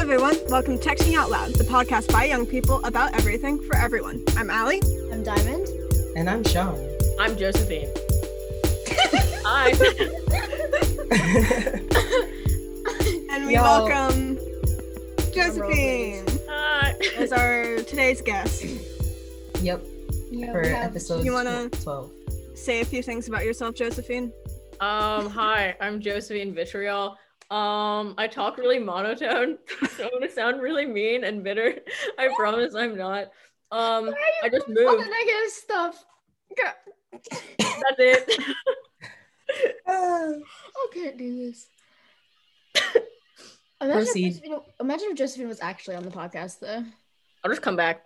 everyone. Welcome to Texting Out Loud, the podcast by young people about everything for everyone. I'm Allie. I'm Diamond. And I'm Sean. I'm Josephine. Hi. And we Yo. welcome Josephine Hi. as our today's guest. yep. For episode you wanna- 12. Say a few things about yourself, Josephine. Um, hi, I'm Josephine Vitriol. Um, I talk really monotone, so I'm gonna sound really mean and bitter. I promise I'm not. Um, I just all moved. the negative stuff. God, That's it. Ah. I can't do this. imagine, Proceed. If Josephine, imagine if Josephine was actually on the podcast, though. I'll just come back.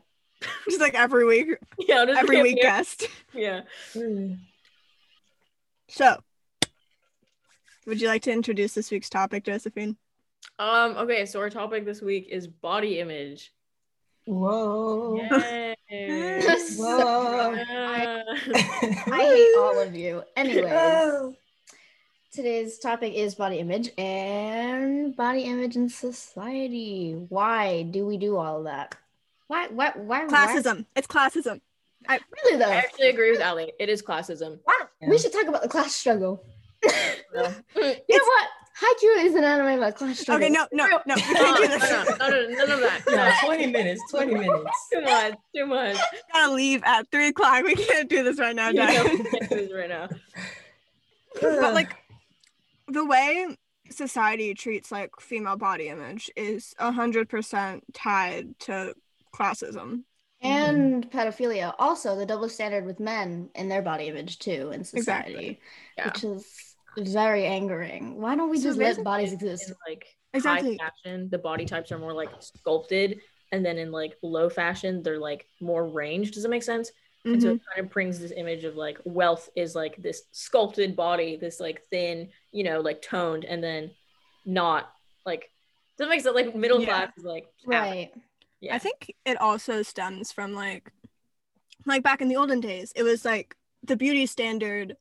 She's like every week, Yeah, I'll just every be week here. guest. Yeah. Hmm. So, would you like to introduce this week's topic, Josephine? Um, okay, so our topic this week is body image. Whoa. Yay. Whoa. Yeah. I hate all of you. Anyways, Oh. today's topic is body image and body image in society. Why do we do all that? Why? Why? Why? Classism. It's classism. Why, really I though. actually agree with Ali. It is classism. Why, Yeah. We should talk about the class struggle. you No. know what? Haiku is an anime about class struggle. Okay, no, no, no. We No, can't do no, this. Oh, no, no, no, none of that. No, No. 20 minutes. 20 minutes. Too much, too much. gotta leave at three o'clock. We can't do this right now, You know, Dad. we can't do this right now. but like the way society treats like female body image is a hundred percent tied to classism. and pedophilia also the double standard with men and their body image too in society Yeah. which is very angering why don't we So just let basically- bodies exist In like Exactly. high fashion, the body types are more like sculpted, and then in like low fashion, they're like more range. Does it make sense? And so Mhm. it kind of brings this image of like wealth is like this sculpted body, this like thin, you know, like toned, and then not like. Does that make sense? Like middle Yeah. class is like average. right Yeah. Mm-hmm. I think it also stems from like like back in the olden days, it was like the beauty standard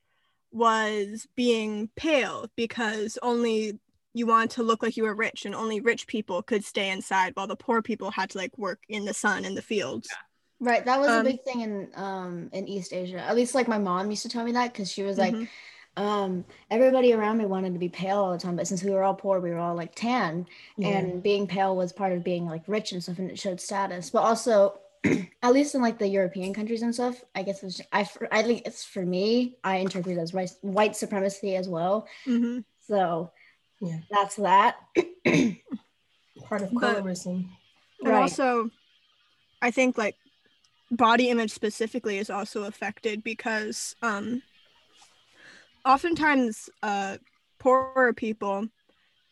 was being pale because only you wanted to look like you were rich and only rich people could stay inside while the poor people had to like work in the sun in the fields. right that was Um, a big thing in um in east asia at least like my mom used to tell me that because she was like Mhm. um everybody around me wanted to be pale all the time but since we were all poor we were all like tan Yeah. and being pale was part of being like rich and stuff and it showed status but also at least in like the european countries and stuff i guess it's i for- i think it's for me i interpret it as white, white supremacy as well Mhm. so Yeah. Mm-hmm. that's that Part of But- colorism. And right also, I think like body image specifically is also affected because um, oftentimes uh, poorer people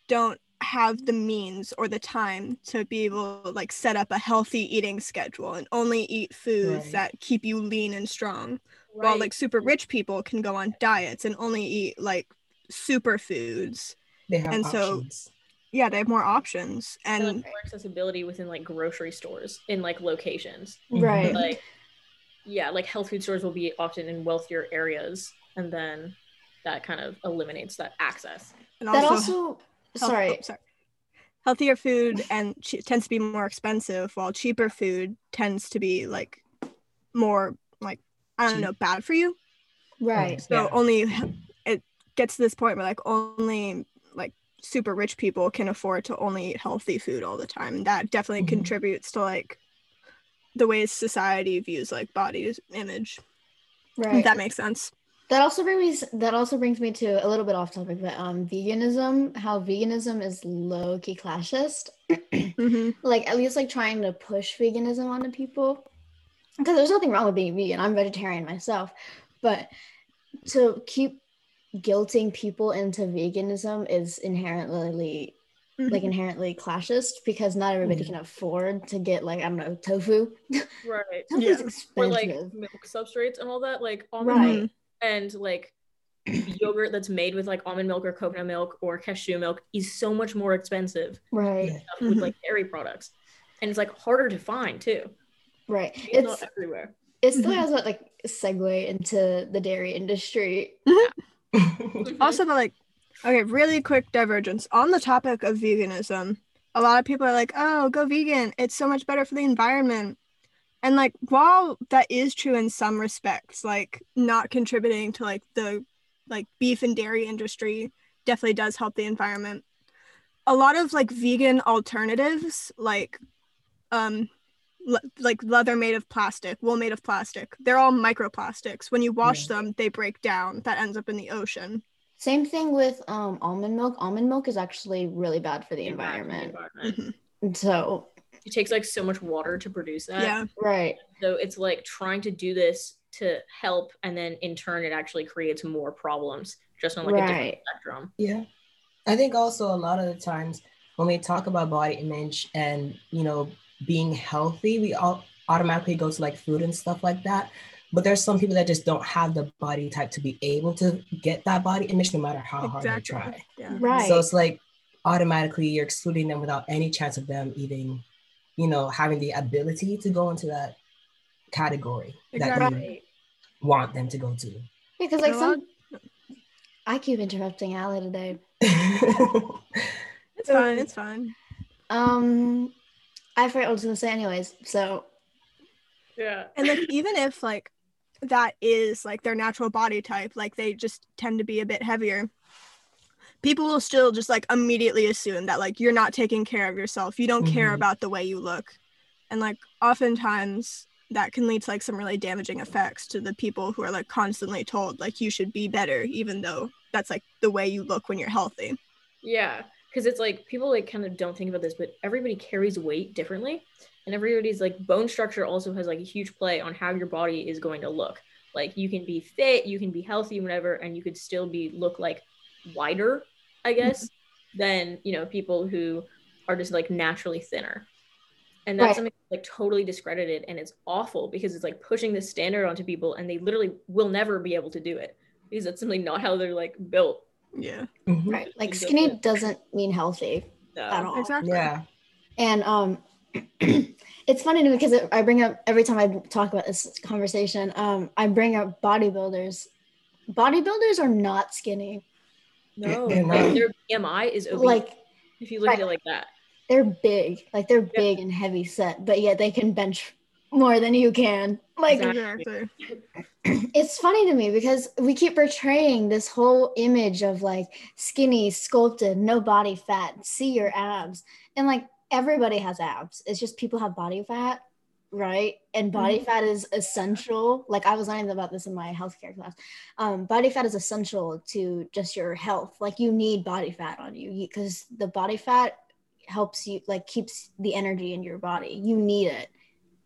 don't have the means or the time to be able to like set up a healthy eating schedule and only eat foods Right. that keep you lean and strong while Right. like super rich people can go on diets and only eat like superfoods They have And so- options. yeah they have more options and and like, more accessibility within like grocery stores in like locations. right Like, yeah, like health food stores will be often in wealthier areas, and then that kind of eliminates that access. and that also Health- sorry oh, sorry. Healthier food and che- tends to be more expensive, while cheaper food tends to be like more like I don't Cheap. know, bad for you. right So Yeah. only it gets to this point where like only like super rich people can afford to only eat healthy food all the time. And that definitely Mhm. contributes to like the ways society views like body image. If right that makes sense. That also brings me that also brings me to a little bit off topic, but um veganism, how veganism is low key classist. Mhm. like at least like trying to push veganism onto people. Because there's nothing wrong with being vegan. I'm vegetarian myself, but to keep guilting people into veganism is inherently Mm-hmm. like inherently classist because not everybody Yeah. can afford to get like I don't know tofu. Right. Tofu's Yeah. Or expensive. like milk substrates and all that, like almond Right. milk and like yogurt that's made with like almond milk or coconut milk or cashew milk is so much more expensive right. Yeah. stuff with like Mm-hmm. dairy products. And it's like harder to find too. Right. It's, It's not everywhere. it still Mhm. has that like segue into the dairy industry. also but like okay really quick divergence on the topic of veganism a lot of people are like, oh, go vegan. It's so much better for the environment. And like, while that is true in some respects, like not contributing to like the like beef and dairy industry definitely does help the environment. A lot of like vegan alternatives, like um le- like leather made of plastic, wool made of plastic, they're all microplastics. When you wash them, they break down. That ends up in the ocean. Same thing with um, almond milk. Almond milk is actually really bad for the environment. environment. Mm-hmm. So, It takes like so much water to produce that. yeah. right. So it's like trying to do this to help, and then in turn, it actually creates more problems just on like a different Right. spectrum. Yeah. I think also a lot of the times when we talk about body image and, you know, being healthy, we all automatically go to like food and stuff like that. But there's some people that just don't have the body type to be able to get that body image no matter how hard they try. Yeah. Right. So it's like automatically you're excluding them without any chance of them even, you know, having the ability to go into that category that you Exactly. want them to go to. Yeah, because like Go some, I keep interrupting Allie today. It's fine. It's fine. Um, I forgot what I was gonna say, anyways. So Yeah. And like even if like that is like their natural body type, like they just tend to be a bit heavier. People will still just like immediately assume that like you're not taking care of yourself. You don't care Mhm. about the way you look. And like oftentimes that can lead to like some really damaging effects to the people who are like constantly told like you should be better even though that's like the way you look when you're healthy. Yeah, because it's like people like kind of don't think about this, but everybody carries weight differently, and everybody's like bone structure also has like a huge play on how your body is going to look. Like you can be fit, you can be healthy, whatever, and you could still be look like wider, I guess, than you know people who are just like naturally thinner. And that's Right. something like totally discredited, and it's awful because it's like pushing this standard onto people, and they literally will never be able to do it because that's simply not how they're like built. Yeah. Mhm. right, like Exactly. skinny doesn't mean healthy No. at all. Exactly. Yeah. And um, it's funny to me because I bring up every time I talk about this conversation. Um, I bring up bodybuilders. Bodybuilders are not skinny. No, Yeah, like, no. their BMI is obese. Like if you look at it right. like that, they're big, like they're big and heavy set, but yet they can bench more than you can. Like Exactly. it's funny to me because we keep portraying this whole image of like skinny, sculpted, no body fat, see your abs. And like everybody has abs. It's just people have body fat, right? And body fat is essential. Like I was learning about this in my healthcare class. Um, body fat is essential to just your health. Like you need body fat on you because the body fat helps you, like keeps the energy in your body. You need it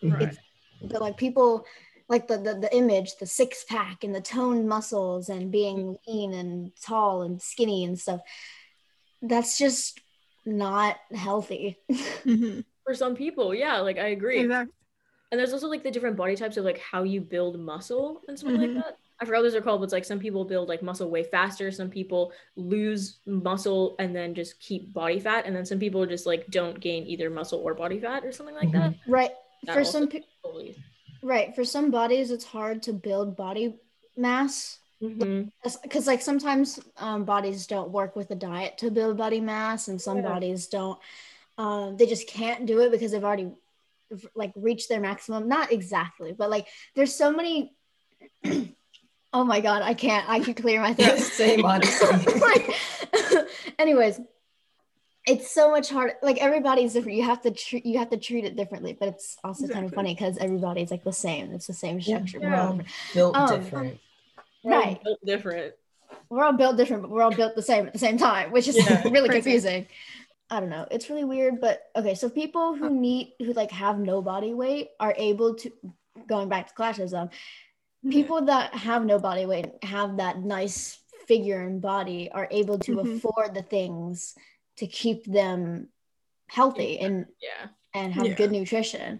Right. but like people like the, the the image the six pack and the toned muscles and being lean and tall and skinny and stuff that's just not healthy hmm for some people, yeah, like I agree. Exactly. And there's also like the different body types of like how you build muscle and stuff Mhm. like that. I forgot what those are called, but it's like some people build like muscle way faster, some people lose muscle and then just keep body fat, and then some people just like don't gain either muscle or body fat or something like that. right That for also some pe- totally- right for some bodies it's hard to build body mass Mhm. because like sometimes um, bodies don't work with the diet to build body mass and some Yeah. bodies don't um, they just can't do it because they've already like reached their maximum not exactly but like there's so many oh my god i can't i can clear my throat Same honestly. like, anyways it's so much harder like everybody's different you have to treat you have to treat it differently but it's also kind of Exactly. funny because everybody's like the same it's the same Yeah. structure Yeah. whatever. Built Um, different. We're all right built different. we're all built different, but we're all built the same at the same time, which is Yeah, really crazy. confusing. I don't know. It's really weird, but okay. So people who need who like have no body weight are able to going back to clashism. Mm-hmm. People that have no body weight have that nice figure and body are able to Mm-hmm. Mhm. afford the things to keep them healthy and Yeah. and have Yeah. good nutrition.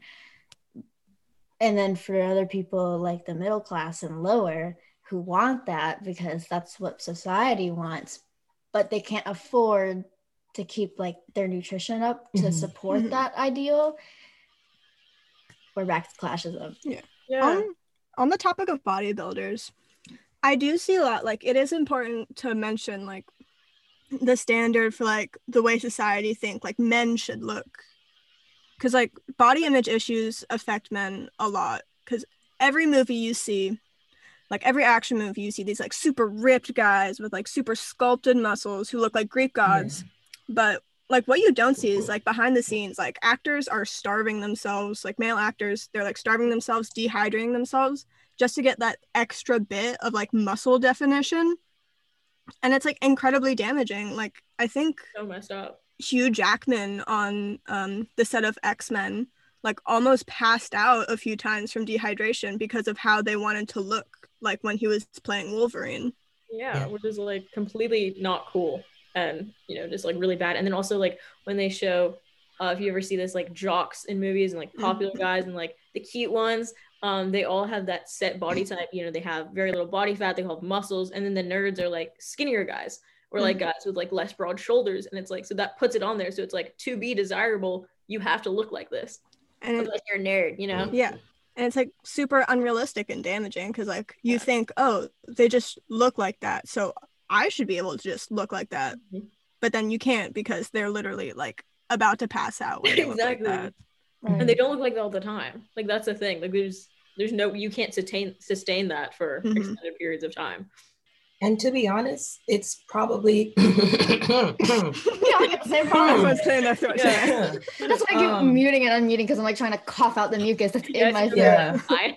And then for other people like the middle class and lower who want that because that's what society wants, but they can't afford to keep like their nutrition up to Mhm. support Mhm. that ideal. We're back to clashes of Yeah. on on the topic of bodybuilders i do see a lot like it is important to mention like the standard for like the way society think like men should look because like body image issues affect men a lot because every movie you see like every action movie you see these like super ripped guys with like super sculpted muscles who look like greek gods but like what you don't see is like behind the scenes like actors are starving themselves like male actors they're like starving themselves dehydrating themselves just to get that extra bit of like muscle definition and it's like incredibly damaging like i think so messed up. Hugh Jackman on um, the set of X Men, like almost passed out a few times from dehydration because of how they wanted to look, like when he was playing Wolverine. Yeah, Yeah. which is like completely not cool and you know just like really bad. And then also like when they show uh, if you ever see this like jocks in movies and like popular guys and like the cute ones, um, they all have that set body type. You know, they have very little body fat, they have muscles, and then the nerds are like skinnier guys or like Mhm. guys with like less broad shoulders. And it's like so that puts it on there. So it's like to be desirable, you have to look like this. And it- Unless you're a nerd, you know. yeah, and it's like super unrealistic and damaging because like you Yeah. think, oh, they just look like that, so I should be able to just look like that, Mhm. but then you can't because they're literally like about to pass out. When they look like Exactly. that. and they don't look like that all the time like that's the thing like there's there's no you can't sustain sustain that for Mhm. extended periods of time And to be honest, it's probably Yeah, I guess they're I probably- was saying that's what Yeah. That's why I keep Um, muting and unmuting because I'm like trying to cough out the mucus that's Yeah, in my it's throat. yeah. I,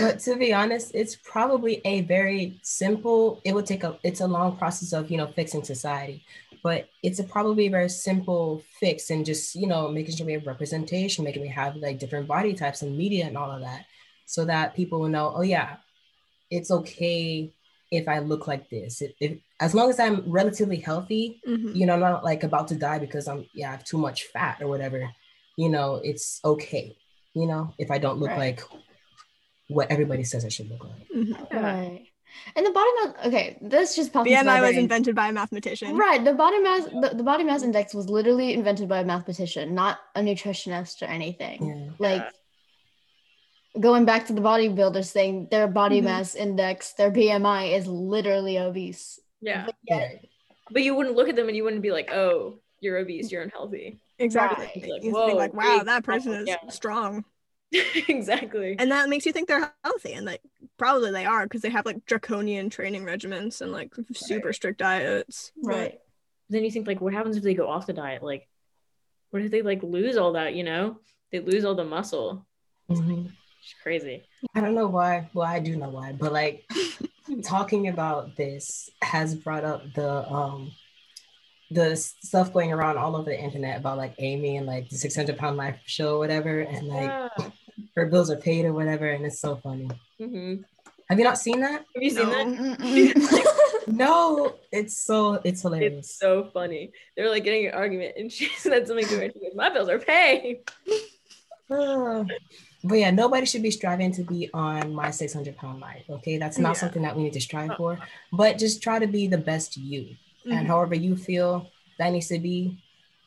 but to be honest, it's probably a very simple. It would take a. It's a long process of you know fixing society, but it's a probably a very simple fix and just you know making sure we have representation, making we have like different body types and media and all of that, so that people will know. Oh yeah, it's okay if I look like this. If, if as long as I'm relatively healthy, Mhm. you know, I'm not like about to die because I'm yeah I have too much fat or whatever. You know, it's okay. You know, if I don't look Right. like what everybody says I should look like. Mhm. Right. And the body mass. Okay, this just popped into my BMI was brain. invented by a mathematician. Right, the body mass the, the body mass index was literally invented by a mathematician, not a nutritionist or anything. Yeah. Like going back to the bodybuilders thing, their body Mhm. mass index, their BMI is literally obese. yeah But yet- Yeah. but you wouldn't look at them and you wouldn't be like oh you're obese you're unhealthy Exactly. Right. You Like, think whoa, like, wow, big that person muscle, is yeah. strong. exactly And that makes you think they're healthy and like probably they are because they have like draconian training regimens and like super strict diets. But Right. then you think like what happens if they go off the diet like what if they like lose all that you know they lose all the muscle Mhm. it's crazy I don't know why. Well, I do know why, but like talking about this has brought up the um the stuff going around all over the internet about like Amy and like the 600 pound life show or whatever, and like yeah. her bills are paid or whatever, and it's so funny. hmm Have you not seen that? have you seen that Mm-mm-mm. No, it's so it's hilarious. It's so funny. They're like getting an argument, and she said something to her. She's like, "My bills are paid." Ugh. but yeah, nobody should be striving to be on my 600 pound life. Okay. That's not Yeah. Uh-uh. something that we need to strive for, but just try to be the best you. Mhm. And however you feel that needs to be,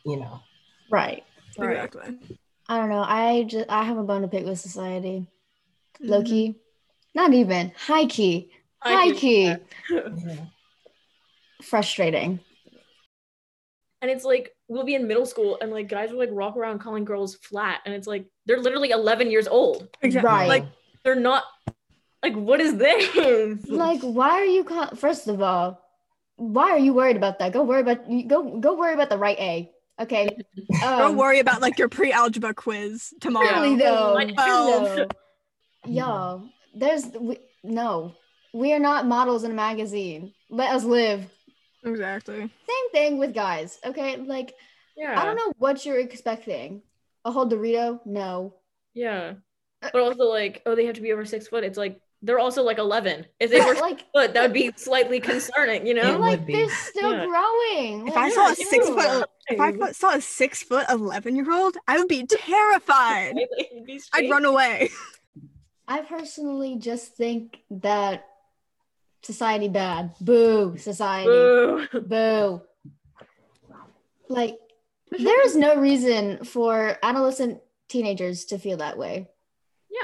you know. right. Right. Exactly. I don't know. I just I have a bone to pick with society. Low Mm-hmm. key. Not even. High key. High key. Yeah. Frustrating. and it's like we'll be in middle school and like guys will like walk around calling girls flat and it's like they're literally 11 years old Exactly. Right. Like they're not like what is this like why are you con- first of all why are you worried about that go worry about you go go worry about the right a okay don't um, worry about like your pre-algebra quiz tomorrow. really though Like, hello hello. y'all there's we, no we are not models in a magazine let us live Exactly. same thing with guys okay like yeah i don't know what you're expecting a whole dorito no yeah but also like oh they have to be over six foot it's like they're also like 11 if they were six like foot that would be slightly concerning you know It like would be. they're still Yeah. growing If Like, I saw a ew. six foot if I fo- saw a six foot eleven year old, I would be terrified. I'd run away. I personally just think that society bad. Boo, society. Boo. Boo. Like, there is no reason for adolescent teenagers to feel that way.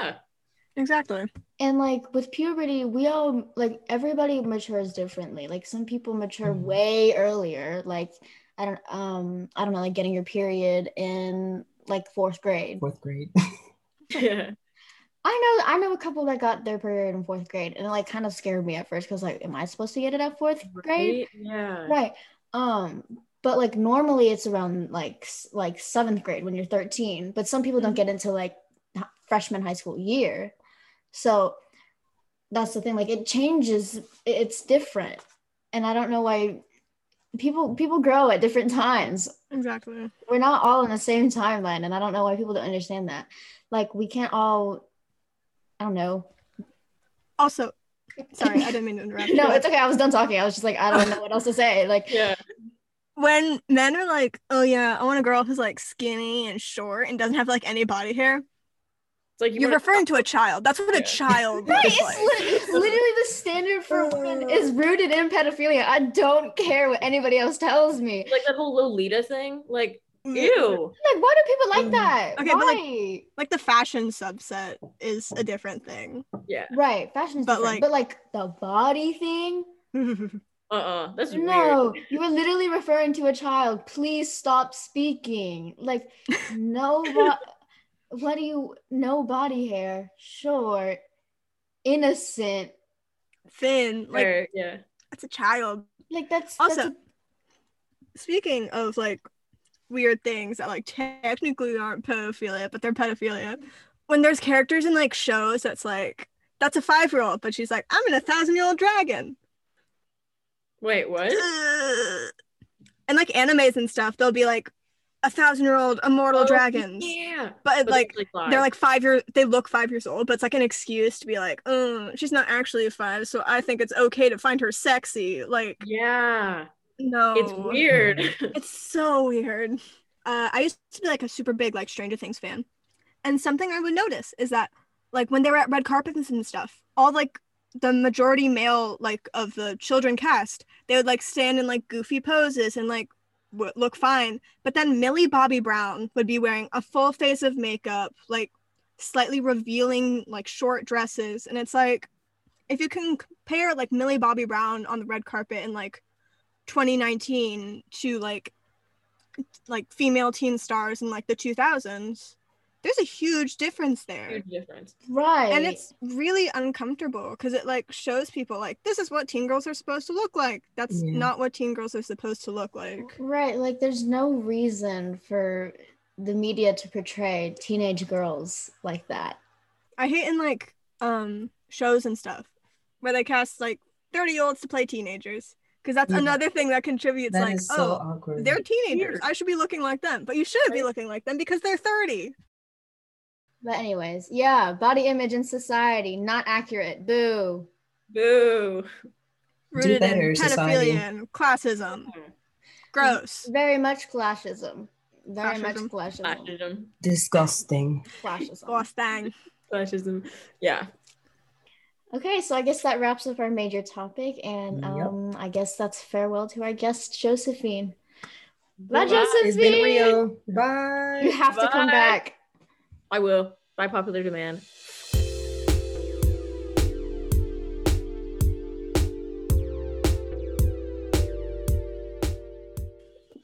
yeah Exactly. and like with puberty we all like everybody matures differently like some people mature Mhm. way earlier like i don't um i don't know like getting your period in like fourth grade fourth grade. yeah. i know i know a couple that got their period in fourth grade and it like kind of scared me at first because like am i supposed to get it at fourth grade Right? Yeah. right um but like normally it's around like s- like seventh grade when you're 13 but some people don't Mhm. get into like h- freshman high school year so that's the thing like it changes it- it's different and i don't know why people people grow at different times Exactly. we're not all in the same timeline and i don't know why people don't understand that like we can't all i don't know Also, sorry, I didn't mean to interrupt. no but it's okay i was done talking i was just like i don't know what else to say like Yeah. when men are like, "Oh yeah, I want a girl who's like skinny and short and doesn't have like any body hair," It's like you you are wanna- referring to a child. That's what Yeah. a child Right, looks it's like. lit- it's literally the standard Oh for women is rooted in pedophilia. I don't care what anybody else tells me. like that whole Lolita thing. Like, Mm. ew. Like, why do people Mm. like that? Okay, but, like- Why? Like the fashion subset is a different thing. Yeah. right, fashion's But, different, like- but like the body thing. Uh uh That's No, you were literally referring to a child. Please stop speaking. Like, no, bo- what do you? No body hair, short, innocent. Thin, weird. like Or- yeah. that's a child. Like that's that's Also- a- Speaking of like weird things that like technically aren't pedophilia, but they're pedophilia. When there's characters in like shows that's like that's a five year old, but she's like, I'm in a thousand year old dragon. Wait, what? Ugh. and like animes and stuff, they'll be like a thousand year old immortal Oh, dragons. Yeah. But, But like it's, live. they're like five year they look five years old, but it's like an excuse to be like, oh, she's not actually five, so I think it's okay to find her sexy. Like Yeah. no. It's weird. It's so weird. Uh, I used to be like a super big like Stranger Things fan, and something I would notice is that like when they were at red carpets and stuff, all like the majority male like of the children cast, they would like stand in like goofy poses and like w- look fine. But then Millie Bobby Brown would be wearing a full face of makeup, like slightly revealing like short dresses, and it's like if you can compare like Millie Bobby Brown on the red carpet and like 2019 to like like female teen stars in like the 2000s there's a huge difference there Huge difference. right. and it's really uncomfortable because it like shows people like this is what teen girls are supposed to look like that's Yeah. not what teen girls are supposed to look like Right, like there's no reason for the media to portray teenage girls like that. i hate in like um shows and stuff where they cast like 30 year olds to play teenagers because that's Yeah. another thing that contributes That like is so oh awkward. they're teenagers Weird. i should be looking like them but you shouldn't be Right. looking like them because they're 30 But anyways, yeah, body image in society not accurate. Boo. Boo. rooted better, in pedophilia society. and classism. Gross. Very much clashism. Very Clashism. much clashism. Fascism. disgusting. Clashism. Boss thing. Fascism. Yeah. Okay, so I guess that wraps up our major topic, and Yep. um, I guess that's farewell to our guest Josephine. Bye, Bye. Josephine. It's been real. You Bye. have to come Bye. back. I will. By popular demand.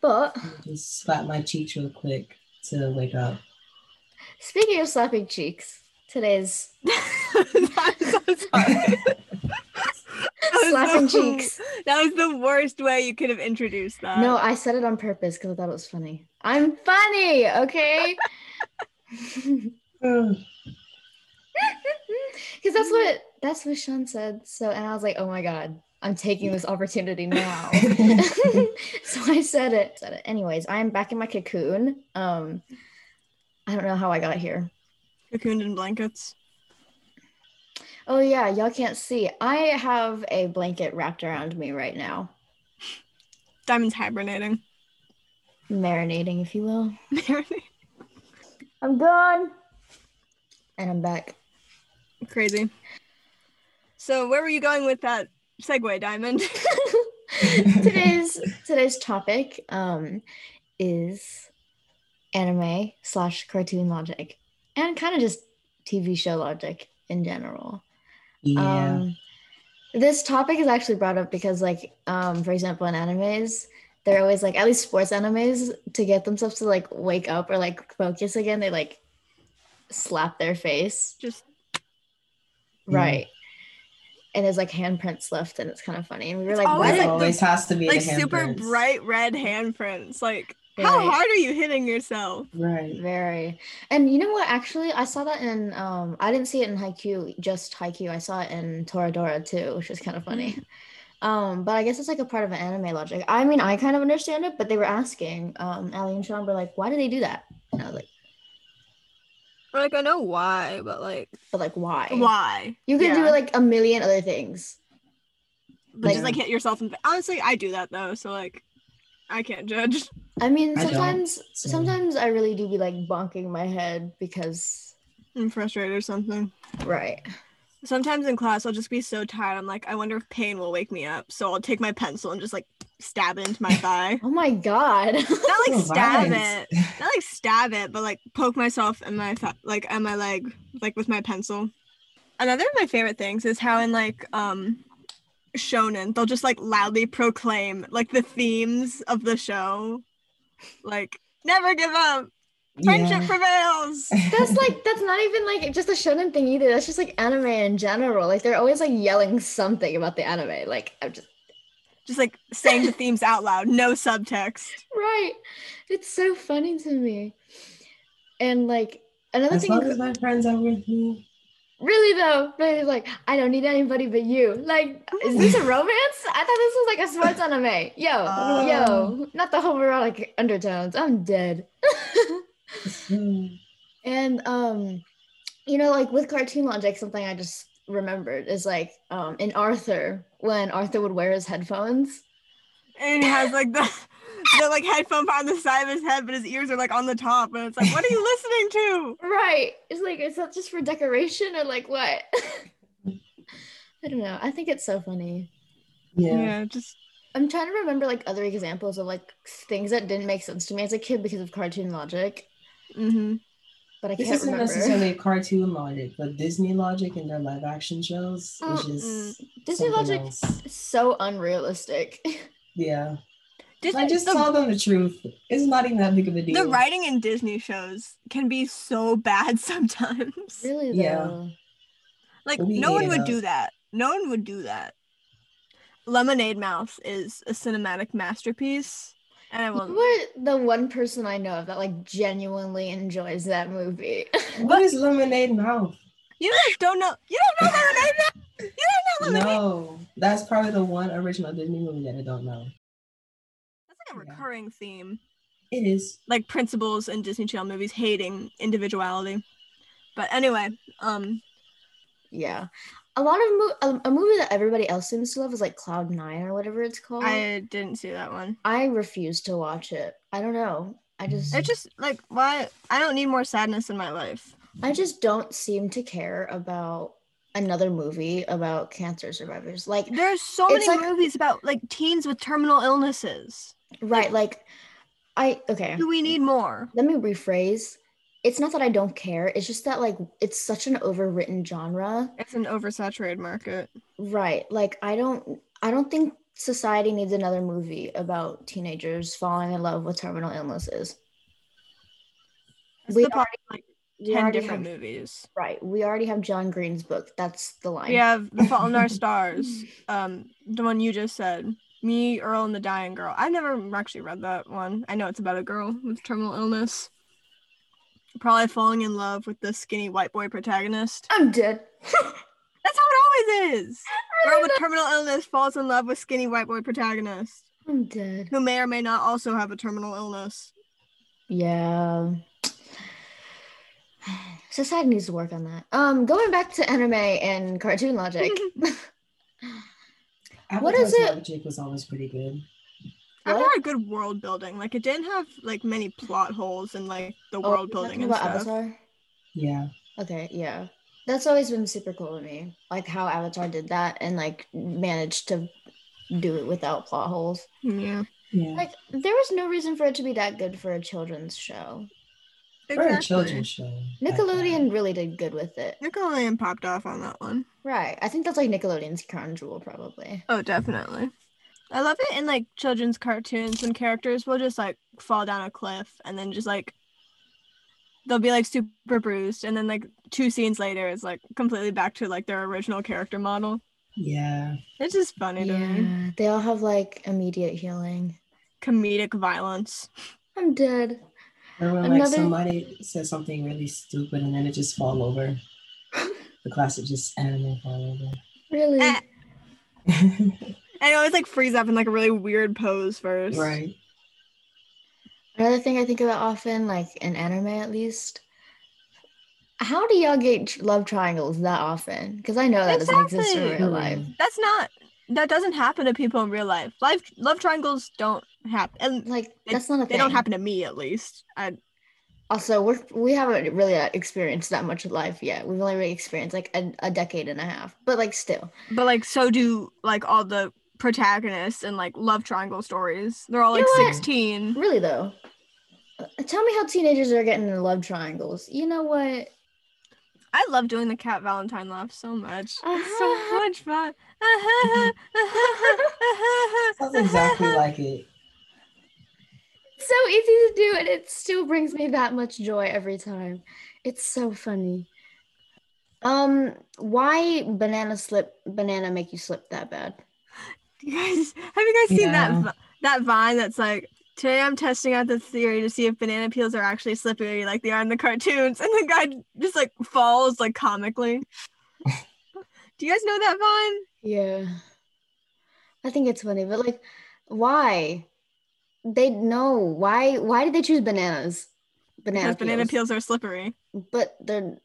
But Just slap my cheeks real quick to wake up. speaking of slapping cheeks, today's I'm so sorry. slapping Oh, That was the- cheeks. That was the worst way you could have introduced that. No, I said it on purpose because I thought it was funny. I'm funny, okay? Because that's what that's what Sean said. So, and I was like, oh my god, I'm taking this opportunity now. so I said it. Said it. Anyways, I am back in my cocoon. Um, I don't know how I got here. Cocooned in blankets. Oh yeah, y'all can't see. I have a blanket wrapped around me right now, Diamonds hibernating. marinating, if you will. Marinating. I'm gone, and I'm back. Crazy. So where were you going with that segue, Diamond? today's today's topic um is anime slash cartoon logic and kind of just tv show logic in general Yeah. Um, this topic is actually brought up because, like, um, for example, in animes, they're always like, at least sports animes, to get themselves to like wake up or like focus again, they like slap their face, Just Mm. right? And there's like handprints left, and it's kind of funny. And we were It's like, always, why It like, did- the- always has to be like the hand super prints. bright red handprints. Like how Right. hard are you hitting yourself? Right. Very. And you know what? Actually, I saw that in um I didn't see it in Haikyuu, just Haikyuu. I saw it in Toradora too, which is kind of funny. Um, but I guess it's like a part of an anime logic. I mean, I kind of understand it, but they were asking, um, Ali and Sean were like, why do they do that? And I was like, Or like I know why, but like but like why? why? You could do Yeah. like a million other things. But like- just like hit yourself in the honestly, I do that though, so like I can't judge. I mean, I don't, Mm. sometimes so- sometimes I really do be like bonking my head because I'm frustrated or something. right. Sometimes in class I'll just be so tired. I'm like, I wonder if pain will wake me up. So I'll take my pencil and just like stab it into my thigh. Oh my god. Not like Oh, stab violence. it. Not like stab it, but like poke myself in my th- like at my leg, like with my pencil. Another of my favorite things is how in like um shonen they'll just like loudly proclaim like the themes of the show, like never give up, friendship Yeah. prevails. That's like that's not even like just a shonen thing either. That's just like anime in general. Like they're always like yelling something about the anime. Like I'm just Just like saying the themes out loud, no subtext. right. It's so funny to me. And like another As thing, long as my friends are with me. really though, really like I don't need anybody but you. Like is this a romance? I thought this was like a sports anime. Yo, Oh. yo, not the whole erotic undertones. I'm dead. Mm. And um, you know, like with cartoon logic, something I just remembered is like um in Arthur, when Arthur would wear his headphones. and he has like the the like headphone on the side of his head, but his ears are like on the top, and it's like, what are you listening to? Right. It's like is that just for decoration or like what? I don't know. I think it's so funny. Yeah. just I'm trying to remember like other examples of like things that didn't make sense to me as a kid because of cartoon logic, mm-hmm. but I This can't isn't remember. necessarily cartoon logic, but Disney logic in their live action shows is just Disney something logic else. is so unrealistic. Yeah. Disney, I just the, tell them the truth. It's not even that big of a deal. the writing in Disney shows can be so bad sometimes. really though. Yeah. Like We no one hate would us. do that. No one would do that. Lemonade Mouth is a cinematic masterpiece, and I You will. were the one person I know of that like genuinely enjoys that movie. What is lemonade mouth? You guys don't know. You don't know Lemonade Mouth. You don't know Lemonade. No, that's probably the one original Disney movie that I don't know. That's like a Yeah. recurring theme. It is. like principles in Disney Channel movies hating individuality. But anyway, um, yeah, a lot of mo- um, a, a movie that everybody else seems to love is like Cloud Nine or whatever it's called. I, I didn't see that one. refuse to watch it. I don't know. I just It's just like why I don't need more sadness in my life. I just don't seem to care about another movie about cancer survivors. Like There's so It's many like- movies about like teens with terminal illnesses. right, like I okay. Do we need more? let me rephrase. It's not that I don't care. It's just that like it's such an overwritten genre It's an oversaturated market. Right. Like I don't I don't think society needs another movie about teenagers falling in love with terminal illnesses. That's We the problem, like We ten already different have, movies. right. We already have John Green's book. That's the line. We have The Fault in Our Stars, um, the one you just said. Me, Earl, and the Dying Girl. I've never actually read that one. I know it's about a girl with terminal illness. Probably falling in love with the skinny white boy protagonist. I'm dead. That's how it always is. Girl with terminal illness falls in love with skinny white boy protagonist, I'm dead. who may or may not also have a terminal illness. Yeah. Society needs to work on that. Um going back to anime and cartoon logic. What is Avatar's it- Logic was always pretty good. I What? had a good world building. Like it didn't have like many plot holes in like the Oh, world you're building and talking about stuff. Avatar? Yeah. Okay, yeah. That's always been super cool to me. Like how Avatar did that and like managed to do it without plot holes. Yeah. Yeah. Like there was no reason for it to be that good for a children's show. For a children's show. Nickelodeon really did good with it. Nickelodeon popped off on that one. Right. I think that's like Nickelodeon's crown jewel, probably. Oh, definitely. I love it in like children's cartoons when characters will just like fall down a cliff and then just like they'll be like super bruised and then like two scenes later it's like completely back to like their original character model. Yeah. It's just funny to me. Yeah. They all have like immediate healing. Comedic violence. I'm dead. Or when like Another- somebody says something really stupid and then it just fall over. the classic just anime fall Really? Eh. over. And it always like freeze up in like a really weird pose first. right. Another thing I think about often, like in anime at least, how do y'all get tr- love triangles that often? Because I know that doesn't exist in Exactly. real life. That's not that doesn't happen to people in real life. Life love triangles don't happen. And Like They- that's not a they thing. don't happen to me at least. I Also, we're we haven't really uh, experienced that much life yet. We've only really experienced like a, a decade and a half, but like still, but like so do like all the protagonists and like love triangle stories. They're all You like know what? 16. really though, uh, tell me how teenagers are getting in love triangles. You know what? I love doing the cat Valentine laugh so much. It's so Uh-huh. much fun. Sounds exactly like it. so easy to do and it still brings me that much joy every time it's so funny um why banana slip banana make you slip that bad You guys, have you guys seen that Yeah. that that vine that's like today I'm testing out the theory to see if banana peels are actually slippery like they are in the cartoons, and the guy just like falls like comically. Do you guys know that vine? yeah i think it's funny but like why they know why why did they choose bananas banana Because banana peels. peels are slippery. but they're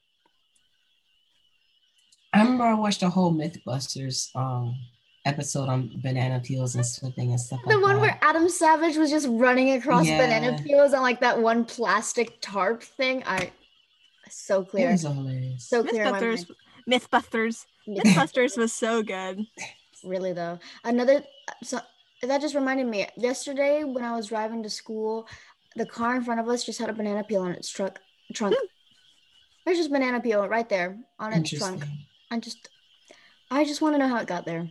I remember I watched the whole MythBusters um, episode on banana peels and slipping and stuff. the like one that. where adam savage was just running across banana Oh Yeah. peels on like that one plastic tarp thing i so It clear was hilarious. so clear in my mind. Mythbusters, Mythbusters, Yeah, Mythbusters was so good. really though. Another so that just reminded me. Yesterday when I was driving to school, the car in front of us just had a banana peel on its truck trunk. There's just banana peel right there on its Interesting. trunk. I just I just want to know how it got there.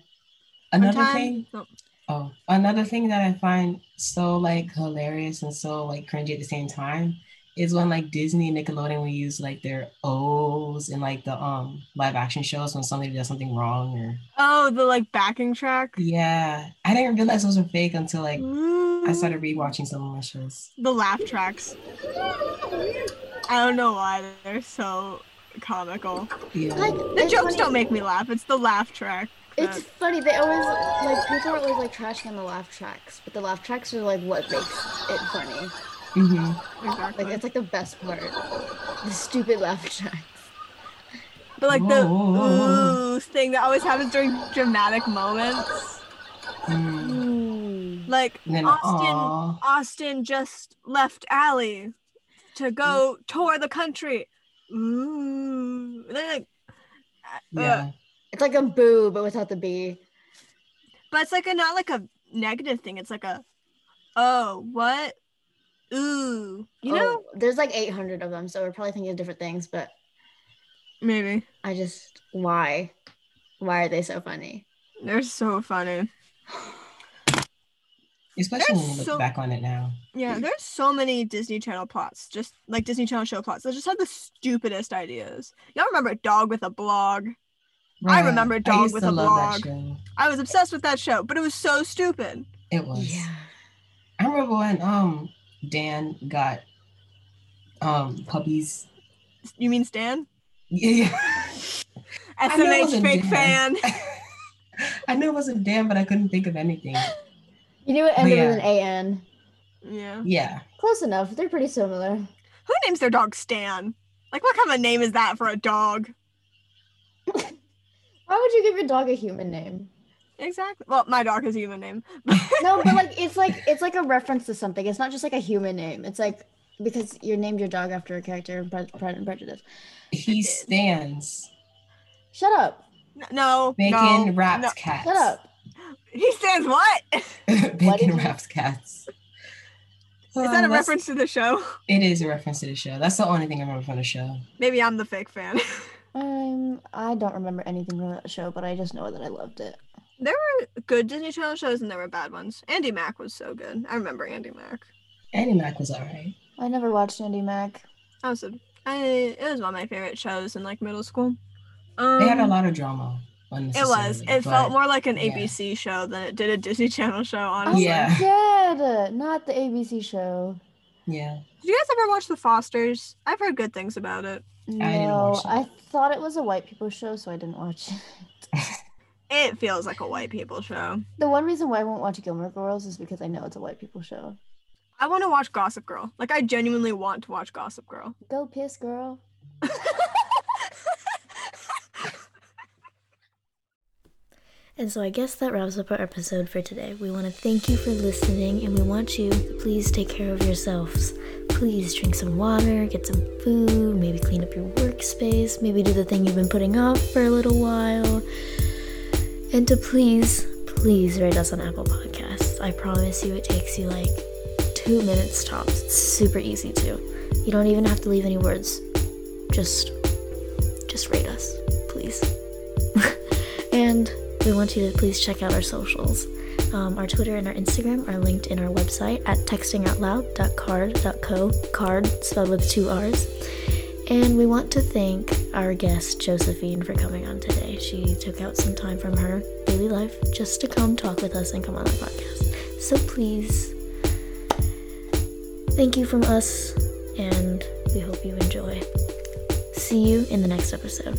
Another Sometime- thing, Oh, oh, another thing that I find so like hilarious and so like cringy at the same time is when like Disney and Nickelodeon will use like their O's in like the um live action shows when somebody does something wrong or oh, the like backing track. yeah, I didn't realize those were fake until like I Ooh. started rewatching some of my shows. the laugh tracks. I don't know why they're so comical. Yeah. Like The jokes don't make me laugh. It's the laugh track. It's funny. They always like people are always like trashing on the laugh tracks, but the laugh tracks are like what makes it funny. hmm Exactly. Like it's like the best part. The stupid laugh track. but like the Whoa, whoa, whoa, ooh thing that always happens during dramatic moments. Mm. Hmm. Like And then, Austin uh, aw. Austin just left Alley to go tour the country. Ooh. And then, like, uh, yeah. It's like a boo, but without the B. But it's like a not like a negative thing. It's like a oh what ooh you Oh, know there's like 800 of them, so we're probably thinking of different things. But maybe I just, why, why are they so funny? They're so funny. Especially when you There's look so- back on it now. Yeah, there's so many Disney Channel plots, just like Disney Channel show plots. They just have the stupidest ideas. Y'all remember Dog with a Blog? I Right. remember I Dog used with to a love blog. that show. I was obsessed with that show, but it was so stupid. It was. Yeah, I remember when um Dan got um puppies. You mean Stan? Yeah, I know it SMH wasn't fake Dan. fan. I knew it wasn't Dan, but I couldn't think of anything. you knew it ended yeah. with an an. Yeah. Yeah. Close enough. They're pretty similar. Who names their dog Stan? Like, what kind of name is that for a dog? Why would you give your dog a human name? Exactly. Well, my dog has a human name. No, but like it's like it's like a reference to something. It's not just like a human name. It's like because you named your dog after a character in Pre- Pride and Prejudice. He stands. Shut up. No. Bacon no, wrapped no. cats. Shut up. He stands what? Bacon did you- wrapped cats. Is that a reference to the show? Um, It is a reference to the show. That's the only thing I remember from the show. Maybe I'm the fake fan. Um, I don't remember anything from that show, but I just know that I loved it. there were good Disney Channel shows and there were bad ones. Andy Mack was so good. I remember Andy Mack. Annie Mac was alright. I never watched Andy Mac. I was a, I, it was one of my favorite shows in like middle school. Um, They had a lot of drama. It was. unnecessarily, It felt but- more like an yeah. ABC show than it did a Disney Channel show. I'm Honestly, Yeah. dead. Oh, Not the ABC show. Yeah. did you guys ever watch The Fosters? I've heard good things about it. No, I didn't watch that. I thought it was a white people show, so I didn't watch it. It feels like a white people show. The one reason why I won't watch Gilmore Girls is because I know it's a white people show. I want to watch Gossip Girl. Like I genuinely want to watch Gossip Girl. Go piss, girl. And so I guess that wraps up our episode for today. We want to thank you for listening and we want you to please take care of yourselves. Please drink some water, get some food, maybe clean up your workspace, maybe do the thing you've been putting off for a little while. And to please, please rate us on Apple Podcasts. I promise you it takes you like two minutes tops. It's super easy to. You don't even have to leave any words. Just just rate us, please. And we want you to please check out our socials. Um, our Twitter and our Instagram are linked in our website at textingoutloud.card.co, card spelled with two R's. And we want to thank our guest, Josephine, for coming on today. She took out some time from her daily life just to come talk with us and come on the podcast. So please, thank you from us, and we hope you enjoy. See you in the next episode.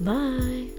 Bye.